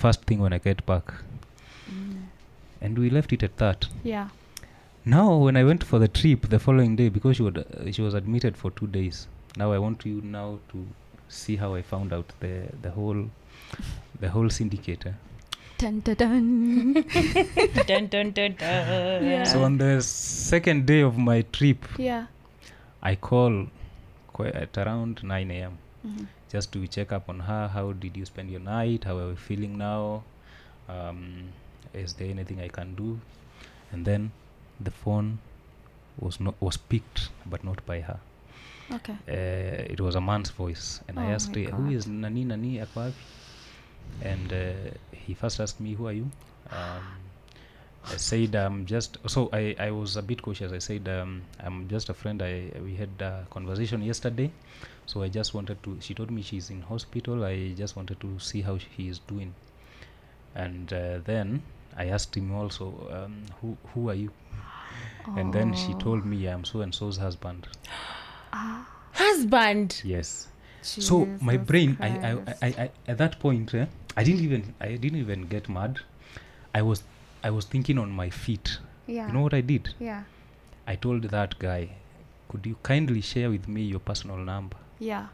A: first thing when I get back. And we left it at that.
B: Yeah.
A: Now, when I went for the trip the following day, because she, would, uh, she was admitted for two days, now I want you now to see how I found out the the whole the whole syndicate. eh.
B: Dun, dun, dun.
C: dun, dun, dun, dun.
B: Yeah.
A: So on the second day of my trip,
B: yeah.
A: I call qu- at around 9 a.m.
B: Mhm.
A: just to check up on her. How did you spend your night? How are you feeling now? Um, is there anything I can do? And then the phone was not was picked, but not by her.
B: Okay.
A: Uh, it was a man's voice, and I
B: Oh
A: asked,
B: my
A: her, "Who
B: God.
A: is Nani Nani Akwabi?" And uh, he first asked me, "Who are you?" Um, I said, "I'm just." So I, I was a bit cautious. I said, um, "I'm just a friend. I we had a conversation yesterday, so I just wanted to." She told me she's in hospital. I just wanted to see how she is doing. And uh, then I asked him also, um, "Who who are you?" And then she
B: Oh.
A: told me, "I'm so and so's husband."
B: Ah,
C: Husband.
A: Yes. so my
D: Jesus
A: brain I, I,
D: Christ.
A: I, I at that point eh, i didn't even i didn't even get mad i was i was thinking on my feet
B: yeah.
A: you know what i did
B: Yeah.
A: i told that guy could you kindly share with me your personal number
B: Yeah.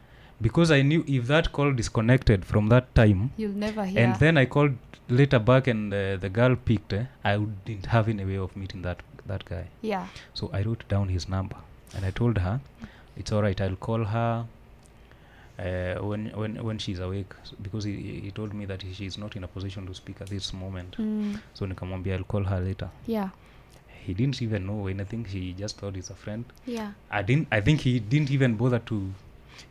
A: because i knew if that call disconnected from that time
B: You'll never hear.
A: and then i called later back and uh, the girl picked eh, i didn't have any way of meeting that that guy
B: yeah.
A: so I wrote down his number and I told her, "It's all right. I'll call her uh, when when when she's awake S- because he, he told me that he, she's not in a position to speak at this moment.
B: Mm.
A: So nikamwambia I'll call her later.
B: Yeah.
A: He didn't even know anything. He just thought he's a friend.
B: Yeah.
A: I didn't. I think he didn't even bother to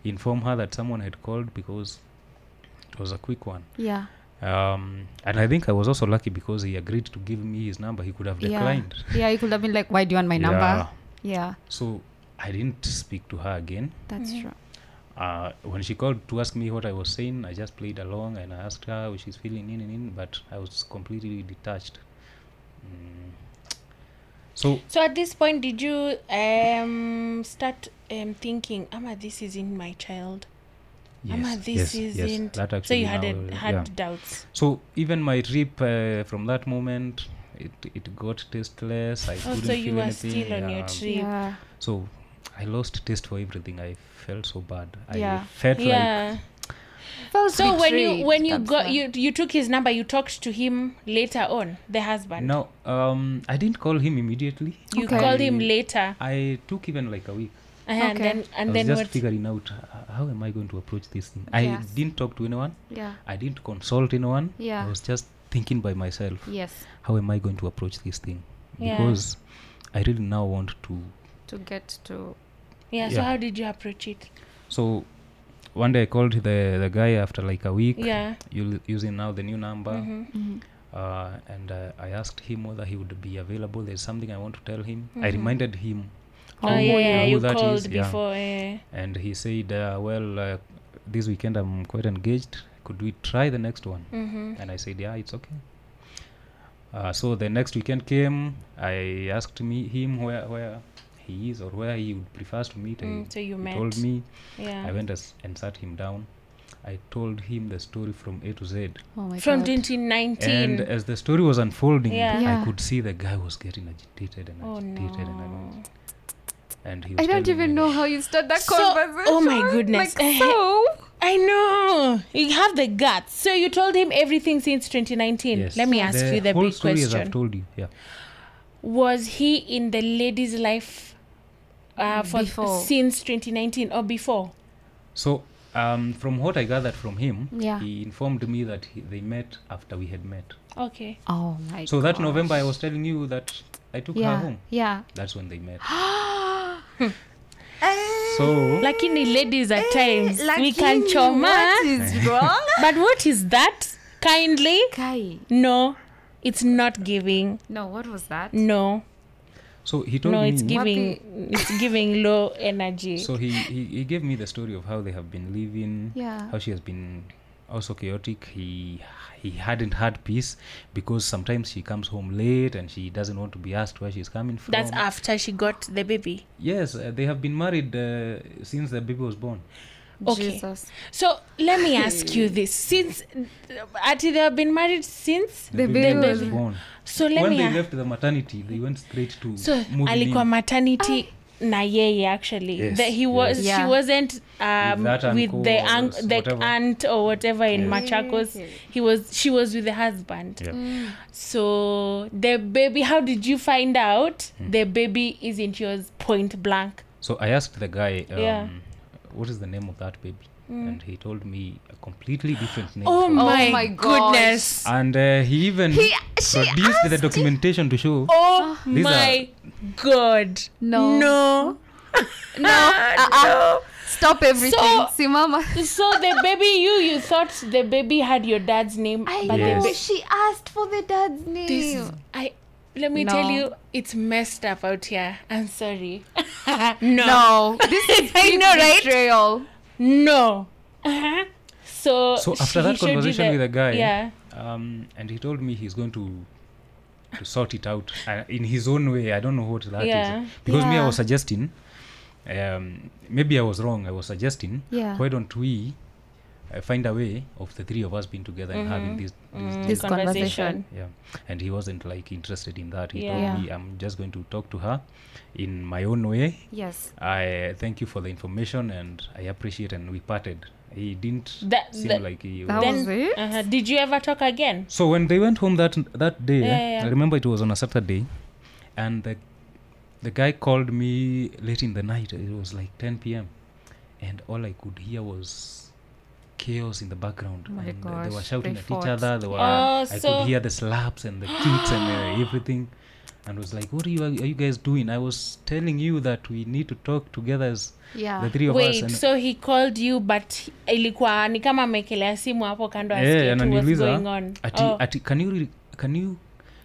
A: inform her that someone had called because it was a quick one.
B: Yeah.
A: Um, and I think I was also lucky because he agreed to give me his number. He could have
B: Yeah.
A: declined.
B: Yeah. You could have been like, "Why do you want my number?"
A: Yeah.
B: Yeah.
A: So I didn't speak to her again.
B: That's true.
A: uh, when she called to ask me what I was saying, I just played along and I asked her how she's feeling in and in, but I was completely detached. Mm. So
C: So at this point, did you um start um thinking, "Ama, this isn't my child.
A: yes,
C: Ama, this
A: yes, yes,
C: isn't."
A: that
C: so
A: actually
C: you had
A: now,
C: a, had
A: yeah.
C: doubts.
A: So even my trip uh, from that moment, it it got tasteless. I
C: Oh,
A: couldn't
C: so you
A: feel
C: were
A: anything.
C: still on your
A: yeah.
C: trip.
B: Yeah.
A: So I lost taste for everything. I felt so bad.
B: Yeah.
A: I felt like
C: yeah.
B: Felt
C: So when you
B: betrayed,
C: when you
B: that's
C: got
B: why.
C: you you took his number, you talked to him later on, the husband.
A: no. Um, I didn't call him immediately.
C: You
B: Okay.
C: called him later,
A: I took even like a week.
C: uh, and
B: Okay.
C: then
A: I
C: and
A: was
C: then
A: just
C: what?
A: figuring out uh, how am I going to approach this thing.
B: Yes.
A: I didn't talk to anyone.
B: Yeah.
A: I didn't consult anyone.
B: Yeah.
A: I was just thinking by myself,
B: Yes.
A: how am I going to approach this thing?
C: Yeah.
A: Because I really now want to.
B: To get to.
C: Yeah, So
A: Yeah.
C: how did you approach it?
A: So, one day I called the the guy after like a week.
C: Yeah.
A: u- Using now the new number,
C: Mhm.
A: uh, and uh, I asked him whether he would be available. There's something I want to tell him. I reminded him,
C: Mm-hmm. oh yeah, yeah,
A: who
C: you
A: that
C: called
A: is, yeah.
C: before. eh.
A: and he said, uh, "Well, uh, this weekend I'm quite engaged. Could we try the next one?"
C: Mhm.
A: and I said, "Yeah, it's okay." Uh, so the next weekend came. I asked me him where where he is or where he would prefers to meet.
C: Mm,
A: I-
C: so you
A: he
C: met.
A: told me. I
C: Yeah.
A: went as, and sat him down. I told him the story from A to Z.
B: Oh my
C: From
B: God.
C: 2019.
A: And as the story was unfolding,
C: Yeah.
B: Yeah.
A: I could see the guy was getting agitated and
C: oh
A: agitated and
C: no.
A: annoyed. And he was
B: I don't
A: telling
B: even
A: me-
B: know how you start that
C: So-
B: conversation.
C: oh my goodness.
B: Like, so.
C: I know. You have the guts. So you told him everything since 2019.
A: Yes.
C: Let me ask
A: the
C: you the
A: whole
C: big
A: story As
C: question.
A: I've told you. Yeah.
C: was he in the lady's life uh, for
B: Before.
C: since 2019 or before?
A: So, um, from what I gathered from him,
B: Yeah.
A: he informed me that he, they met after we had met.
C: Okay.
B: Oh my.
A: so that November, I was telling you that I took her
B: Yeah.
A: home.
B: Yeah.
A: That's when they met. so
C: lakini ladies at times we can
D: Lakini
C: choma
D: what is wrong?
C: but what is that kindly
B: Kai.
C: no it's not giving
B: No, what was that?
C: no
A: so he told
C: no
A: me
C: it's giving it's giving low energy
A: so he, he he gave me the story of how they have been living
B: Yeah.
A: how she has been also chaotic he he hadn't had peace because sometimes she comes home late and she doesn't want to be asked where she's coming from
C: that's after she got the baby
A: yes uh, they have been married uh, since the baby was born
C: okay
B: Jesus.
C: so let me ask you this since uh, ati they have been married since
B: The baby was-
A: born
C: so let
A: when
C: me
A: they
C: ask
A: left the maternity they went straight to
C: so
A: moving
C: alikuwa
A: in.
C: maternity na yeye actually
A: Yes,
C: that he was
B: yes.
C: she
B: Yeah.
C: wasn't um,
A: With that
C: with, the
A: uncle or
C: un- the
A: whatever.
C: aunt or whatever in
A: Yes.
C: machakos he was she was with the husband
A: Yeah.
C: so the baby how did you find out
A: Hmm.
C: the baby isn't yours point blank
A: So I asked the guy, um,
C: Yeah. Mm.
A: what is the name of that baby? And he told me a completely different name.
C: oh
A: from-
C: my,
B: my gosh.
C: goodness
A: and uh, he even
B: He- she
A: produced the documentation to show.
C: oh
A: These are-
C: my god
B: No.
C: no
B: No. Uh-uh. Stop everything.
C: So-
B: Simama.
C: so the baby you you thought the baby had your dad's name
B: I
C: but
A: Yes.
B: know. She asked for the dad's name.
C: This is- I let me tell
B: No.
C: you, it's messed up out here. I'm sorry.
B: no. This is
C: I
B: big
C: know, right?
B: betrayal.
C: No. Uh-huh. So
A: So
C: she-
A: after
C: he
A: that
C: showed you
A: conversation
C: the-
A: with the guy,
C: Yeah.
A: um, and he told me he's going to to sort it out uh, in his own way. I don't know what that is
C: Yeah.
A: because me I
B: Yeah.
A: was suggesting. Um, maybe I was wrong. I was suggesting.
B: Yeah.
A: Why don't we uh, find a way of the three of us being together and
C: Mm-hmm.
A: having this, this
B: This conversation.
A: yeah and he wasn't like interested in that he
C: Yeah.
A: told me i'm just going to talk to her in my own way
B: Yes.
A: i thank you for the information and i appreciate and we parted he didn't
C: That-
A: seem
C: that-
A: like he
B: That
A: was-
B: was it?
C: Uh-huh. Did you ever talk again?
A: so when they went home that that day eh,
C: Yeah, yeah, yeah.
A: i remember it was on a saturday and the the guy called me late in the night it was like 10 p.m and all i could hear was chaos in the background
B: my
A: and uh, they were
B: gosh,
A: shouting
B: they
A: at
B: fought.
A: each other they were
C: Oh,
A: i
C: so-
A: could hear the slaps and the kicks and uh, everything and was like what are you are you guys doing i was telling you that we need to talk together as
B: Yeah.
A: the three of us
C: Wait,
A: and
C: so he called you but ilikuwa ni kama amekelea simu hapo kando
A: Eh,
C: asikie tu what's
A: ananiuliza
C: going on.
A: ati,
C: Oh.
A: ati can you re, can you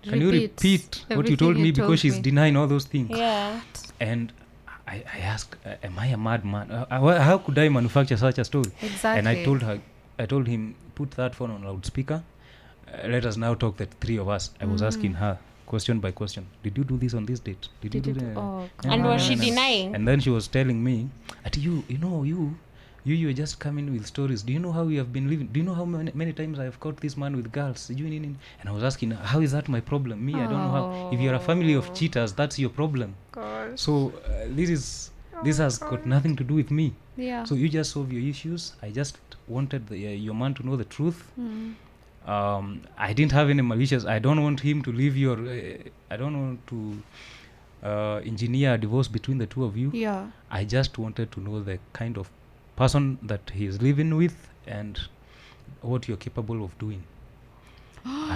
A: can you
B: Repeat
A: repeat what you
B: everything
A: told
B: you
A: me because
B: told
A: she's
B: me.
A: denying all those things
C: Yeah.
A: and I, I asked uh, am I a madman uh, uh, wh- how could I manufacture such a story
B: Exactly.
A: and I told her I told him put that phone on loudspeaker uh, let us now talk the three of us I
B: Mm.
A: was asking her question by question did you do this on this date did,
B: Did
A: you
B: you
A: do
B: do-
A: that
B: oh,
A: No,
C: And
A: no,
C: was
A: no,
C: she
A: no, no.
C: denying?
A: and then she was telling me at you you know you you you are just coming with stories do you know how you have been living do you know how many, many times I have caught this man with girls you and I was asking her, how is that my problem me I don't know how if you're a family
B: Oh.
A: of cheaters that's your problem so uh, this is this has got nothing to do with me
B: Oh, Yeah.
A: so you just solve your issues i just wanted the, uh, your man to know the truth
B: Hmm.
A: um, i didn't have any malicious i don't want him to leave your uh, i don't want to uh, engineer a divorce between the two of you
B: yeah.
A: i just wanted to know the kind of person that he is living with and what you're capable of doing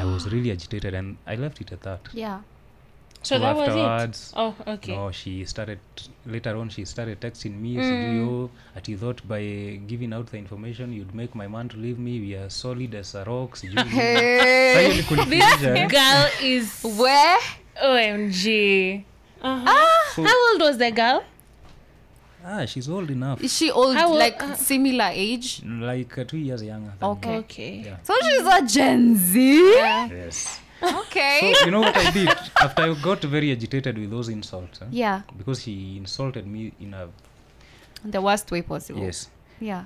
A: i was really agitated and i left it at that
B: Yeah.
C: So
A: So
C: that
A: afterwards,
C: was it. Oh, okay. Hmm.
A: no she started later on she started texting me mm. oh, at you thought by giving out the information you'd make my man to leave me we are solid as a rock sijui nini." Sasa hiyo ni kunifurahisha, eh?
C: Girl is
B: Where?
C: OMG. Uh-huh. How old was the girl?
A: ah she's old enough
B: Is she old?
C: I will-
B: like
C: uh,
B: similar age?
A: like uh, two years younger than
B: Okay.
C: Okay.
A: Yeah.
B: So she's a Gen Z.
A: me. yes so
B: Okay.
A: you know what i did after i got very agitated with those insults eh?
B: yeah.
A: because she insulted me in a
B: The worst way possible.
A: yes
B: Yeah.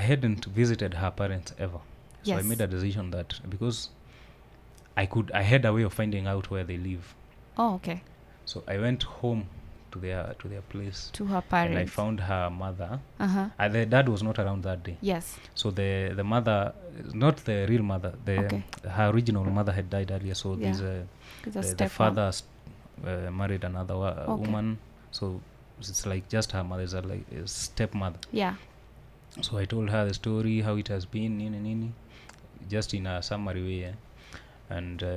A: I hadn't visited her parents ever. So I
B: Yes.
A: made a decision that because I could I had a way of finding out where they live.
B: Oh, okay.
A: So I went home to their to their place.
B: To her
A: and I
B: parents.
A: found her mother.
B: uh huh.
A: Uh, the dad was not around that day.
B: Yes.
A: So the the mother not the real mother, the
B: Okay.
A: her original mother had died earlier so
B: Yeah.
A: there's a
B: With
A: the,
B: a
A: the
B: stepmom.
A: father s- uh, married another wa- uh,
B: Okay.
A: woman. So it's like just her mother's a like a stepmother.
B: Yeah.
A: so i told her the story how it has been nini nini just in a summary way eh? and uh,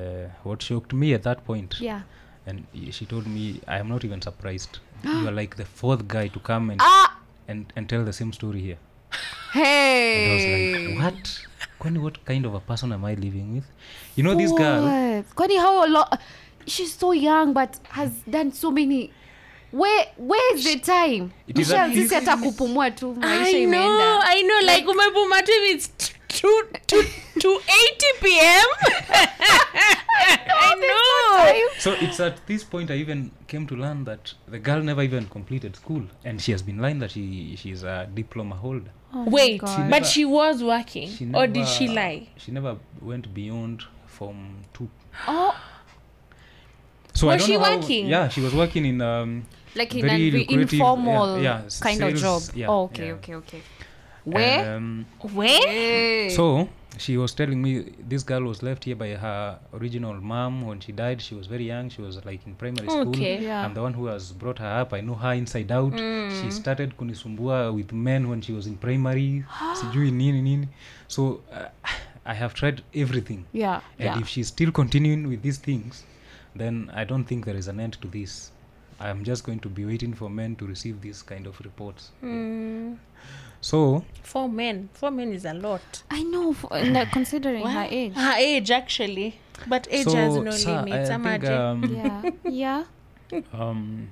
A: what shocked me at that point
B: Yeah.
A: and y- she told me i am not even surprised you are like the fourth guy to come and,
B: Ah,
A: and, and tell the same story here. And I
B: hey.
A: was like, what? Kwani, what kind of a person am I living with? You know, this girl,
B: What? Kwani how a lot? She's so young, but has done so many. Where where is the time?
A: It is
B: Michelle,
A: at least-
B: sisi hata kupumua tu maisha
C: I know,
B: imeenda.
C: I know. Like, umepuma tu if it's t- two to to eighty p.m. I know.
A: so it's at this point I even came to learn that the girl never even completed school, and she has been lying that she she's a diploma holder.
B: Oh my
C: Wait,
B: God.
A: She
C: but
A: never-
C: she was working,
A: She
C: or did she lie?
A: She never went beyond form two.
B: Oh,
A: So
C: Was she working?
A: yeah, she was working in um,
B: like in
A: Very
B: an re-
A: lucrative, yeah,
B: informal
A: yeah, s-
B: kind of job.
A: sales, yeah,
B: oh, okay,
A: yeah.
B: okay, okay. Where?
A: Um,
C: Where?
B: Hey.
A: so she was telling me this girl was left here by her original mom when she died. She was very young. She was like in primary school.
C: Okay.
B: Yeah.
A: I'm the one who has brought her up. I know her inside out.
B: Mm.
A: She started kunisumbua with men when she was in primary. Sijui nini nini. So uh, I have tried everything.
B: yeah,
A: And
B: yeah.
A: if she's still continuing with these things, then I don't think there is an end to this. I'm just going to be waiting for men to receive these kind of reports.
C: Hmm.
A: So,
C: Four men. Four men is a lot.
B: I know, for, like, considering her age.
C: Her age, actually. But age
A: so
C: has no
A: sir,
C: limits.
A: I think,
C: imagine.
A: um,
B: yeah, yeah.
A: um,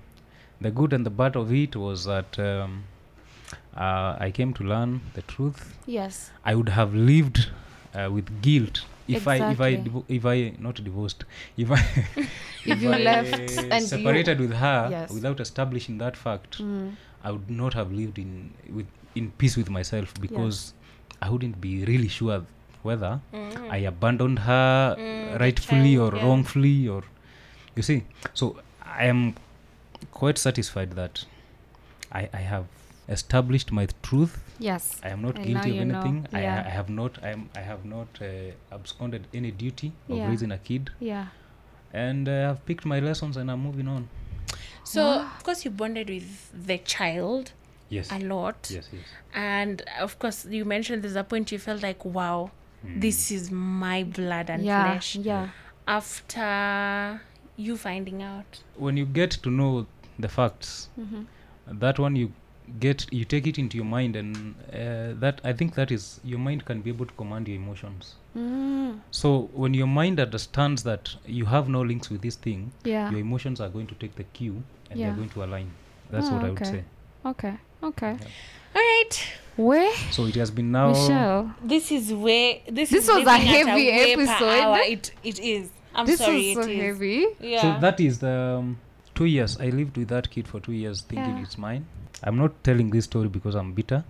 A: the good and the bad of it was that um, uh, I came to learn the truth.
B: Yes.
A: I would have lived uh, with guilt if I if I
B: Exactly.
A: divo- if I not divorced if I
B: If you
A: I
B: left and
A: separated with her
B: Yes. Hmm.
A: without establishing that fact, I would not have lived in with in peace with myself because I wouldn't be really sure whether
B: Hmm.
A: I abandoned her
C: Mm, the
A: rightfully
C: child,
A: or
C: yeah.
A: wrongfully or you see. So I am quite satisfied that I, I have established my truth.
B: Yes.
A: I am not
B: And now
A: guilty of
B: you know,
A: anything. I,
B: yeah.
A: I have not. I, am, I have not uh, absconded any duty of
B: Yeah.
A: raising a kid
B: Yeah.
A: and uh, I've picked my lessons and I'm moving on.
C: so, of course, you bonded with the child
A: Yes.
C: a lot.
A: Yes, yes.
C: And, of course, you mentioned there's a point you felt like, wow,
A: Hmm.
C: this is my blood and
B: Yeah.
C: flesh.
B: Yeah.
C: After you finding out.
A: When you get to know the facts,
B: Mm-hmm.
A: that one you get you take it into your mind and uh, that I think that is your mind can be able to command your emotions.
B: Mm.
A: So when your mind understands that you have no links with this thing,
B: Yeah.
A: your emotions are going to take the cue and
B: Yeah.
A: they're going to align. That's
B: Oh,
A: what I would
B: okay.
A: say.
B: Okay. Okay.
C: All right.
B: Where?
A: So it has been now
B: Michelle.
C: This is way. This,
B: This
C: is
B: was a
C: living at
B: heavy
C: way per
B: episode.
C: hour. It, it is. I'm
B: this
C: sorry.
B: is so
C: it is.
B: heavy.
C: Yeah.
A: So that is the um, two years. I lived with that kid for two years, thinking
B: Yeah.
A: it's mine. I'm not telling this story because I'm bitter.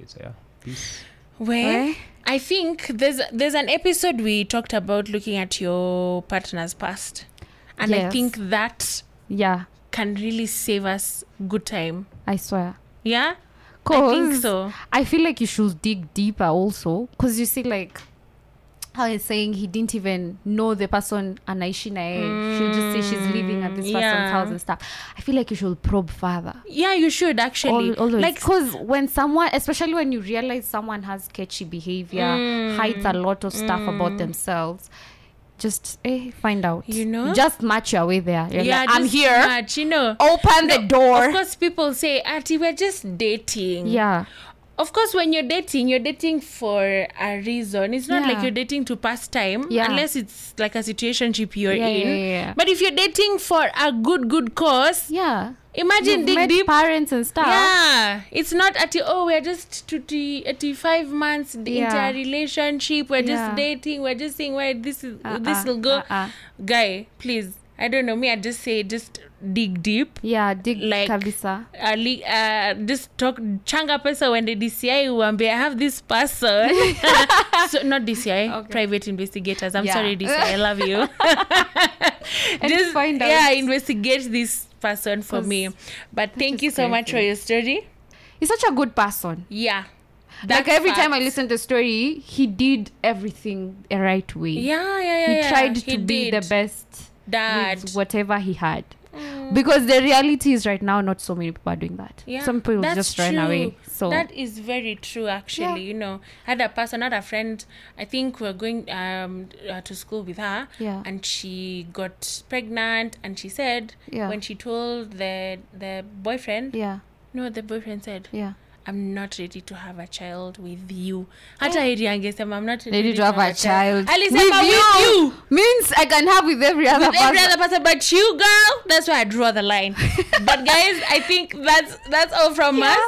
A: It's yeah, peace.
C: Where
B: Eh?
C: I think there's there's an episode we talked about looking at your partner's past, and I
B: Yes.
C: think that
B: Yeah.
C: can really save us good time.
B: I swear.
C: Yeah, I
B: Cause
C: think so.
B: I feel like you should dig deeper also. Cause you see like how he's saying he didn't even know the person anaishi naye. She'll just say she's living at this
C: Mm, yeah.
B: person's house and stuff. I feel like you should probe further.
C: Yeah, you should actually
B: Al- always.
C: like
B: because when someone, especially when you realize someone has sketchy behavior,
C: Mm.
B: hides a lot of stuff about themselves, just eh, find out.
C: You know?
B: just match your way there. You're
C: yeah.
B: like, I'm
C: just
B: here.
C: Much, you know.
B: Open the
C: Of
B: door.
C: course, people say, "Auntie, we're just dating."
B: Yeah,
C: Of course, when you're dating, you're dating for a reason. It's not
B: Yeah.
C: like you're dating to pass time,
B: Yeah.
C: unless it's like a situationship you're
B: Yeah,
C: in.
B: yeah, yeah, yeah.
C: But if you're dating for a good, good cause,
B: yeah.
C: imagine
B: You've
C: dig
B: met
C: deep.
B: parents and stuff.
C: Yeah, it's not at oh we're just 20, 85 months d- into
B: Yeah.
C: a relationship. We're
B: Yeah.
C: just dating. We're just saying where this is this
B: Uh-uh,
C: will go.
B: uh-uh.
C: Guy, please. I don't know. Me, I just say just dig deep.
B: yeah. Dig
C: Like-
B: kabisa.
C: Uh, li- uh, just talk changa pesa when the DCI uambe I have this person. so not DCI, private investigators. I'm
B: Yeah.
C: sorry, DCI. I love you.
B: And find out.
C: yeah, investigate this person for
B: 'Cause
C: me. But thank
B: is
C: you so much for
B: crazy.
C: your story.
B: He's such a good person.
C: Yeah.
B: like
C: That's
B: every
C: fact.
B: time I listen to the story, he did everything the right way.
C: Yeah, yeah, yeah.
B: he
C: yeah.
B: tried to
C: He
B: be
C: did.
B: the best
C: Dad.
B: with whatever he had. because the reality is right now not so many people are doing that
C: Mm. Yeah,
B: some people
C: that's
B: just run away
C: true.
B: so
C: that is very true actually
B: Yeah.
C: you know I had a person had a friend i think we are going um uh, to school with her
B: Yeah.
C: and she got pregnant and she said
B: Yeah.
C: when she told the the boyfriend
B: yeah
C: no the boyfriend said
B: yeah
C: i'm not ready to have a child with you hata eri angesema i'm not ready,
B: ready to have a child
C: alisema with, you,
B: means i can have with every other
C: With every
B: person.
C: other person but you girl that's where i draw the line but guys i think that's that's all from us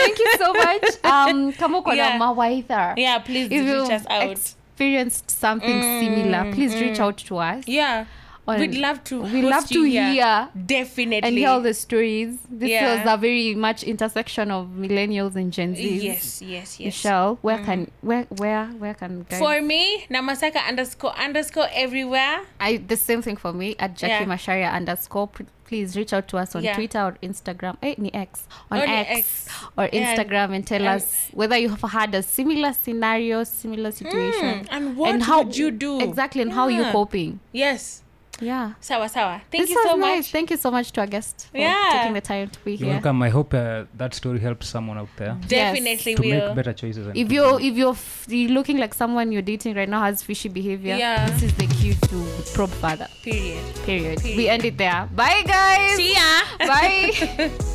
B: thank you so much um kama uko na
C: Yeah.
B: mawaidha
C: yeah please
B: if
C: reach
B: you
C: us out Mm,
B: experienced something similar please reach out to us
C: yeah
B: on-
C: we'd love to
B: we
C: host
B: love
C: you
B: to
C: here.
B: hear
C: definitely
B: and hear all the stories this
C: Yeah.
B: was a very much intersection of millennials and gen z
C: yes yes yes
B: michelle where can where where where can guys
C: for me namasaka underscore underscore everywhere
B: I the same thing for me at Jackie
C: Yeah.
B: Masharia underscore. P- Please reach out to us on
C: Yeah.
B: Twitter or Instagram. Eh, ni X on
C: Or ni
B: X,
C: X.
B: or
C: Yeah.
B: Instagram and tell
C: And-
B: us whether you have had a similar scenario, similar situation,
C: Mm, and what would you do?
B: exactly and how you
C: Yeah.
B: coping.
C: yes
B: Yeah,
C: sawa sawa thank
B: this
C: you
B: was
C: so
B: nice.
C: much
B: Thank you so much to our guest for
C: Yeah.
B: taking the time to be
A: You're
B: here.
A: welcome. I hope uh, that story helps someone out there
B: Yes.
C: definitely
A: to
C: Mm. will
A: make better choices. and
B: If
A: things.
B: you're if you're, f- you're looking like someone you're dating right now has fishy behavior,
C: Yeah.
B: this is the cue to probe further.
C: period
B: Period. We
C: Period.
B: end it there. Bye guys.
C: see ya
B: Bye.